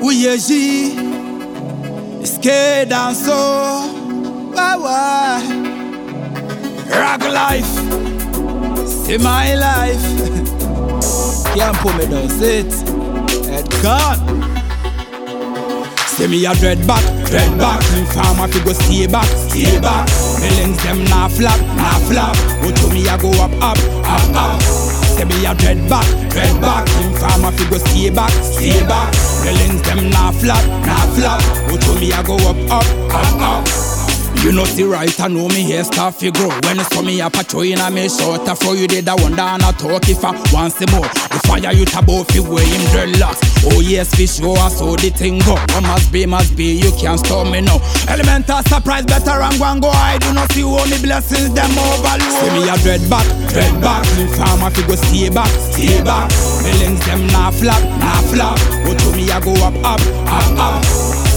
Uyeji Skate and soul Wah wah Rock life See my life Can't put me down, sit Head gone See me a dread back, dread back Farmer fi go stay back, stay back Me links them nah flap, nah flap But to me I go up, up, up, up See me a dread back, dread back Farmer fi go stay back, stay back Me links them nah flap, nah flap But to me I go up, up, up, up you know see right, I know me hair start fi grow When you saw me up a train, I me short I for you did a wonder and I talk if I want some more The fire you tabo fi wear him dreadlocks Oh yes, fi sure I saw the thing go What must be, must be, you can't stop me now Elemental surprise, better I'm going go I do not see all me blessings, them overload See me a dread back, dread back Farmer fi go stay back, stay back Me links them nah flap, nah flap But to me I go up, up, up, up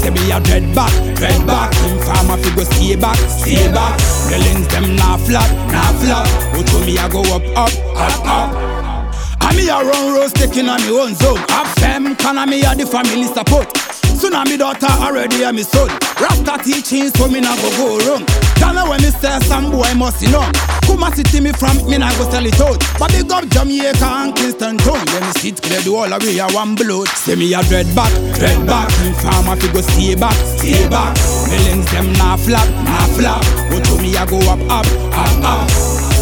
say me a dread back, dread back. Him farmer fi go stay back, stay back. The links them nah flop, nah flop. But to me I go up, up, up, up. And me a run roast taking on me own zone. Have fam, can I me a the family support. Soon as me daughter already a me son. Rasta teaching so me nah go go wrong. Don't know when me say some boy must you know. Kuma city me from me nah go sell it out. But big up Jamaica and Kingston town. Let me sit clear the whole away a one blood. Say me a dread back, dread back. Me farmer fi go stay back, stay back. Me links them nah flap, nah flap. But to me I go up, up, up, up.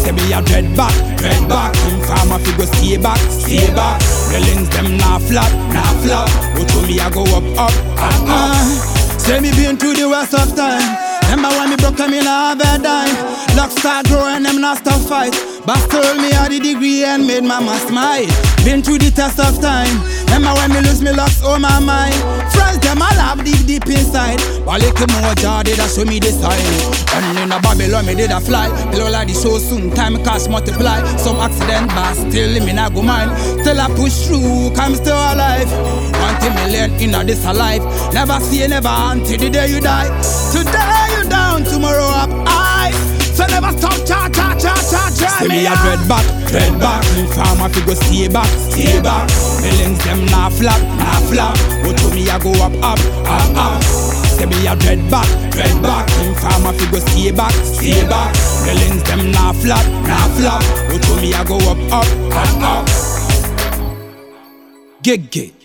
Say me a dread back, dread back Him farmer fi go stay back, stay back The links them nah flap, nah flap But to me I go up, up, up, up uh, Say me been through the worst of time Remember when me broke me nah have a dime Luck start growing, them nah stop fight But told me how the degree and made mama smile Been through the test of time Remember when me lose me locks, oh my mind Friends them all have deep deep inside But little more jar did I show me the sign And in a Babylon me did a fly Below like the show soon time cash multiply Some accident but still me not go mind Till I push through come still alive One thing me learn in a this a life Never see never until the day you die Today you down tomorrow up high So never stop cha cha cha cha cha See me a dread back, dread back Me farmer fi go stay back, stay back Me links them nah flap, nah flap But to me I go up, up, up, up Say me a dread back, dread back Me farmer fi go stay back, stay back Me links them nah flap, nah flap But to me I go up, up, up, up Gig gig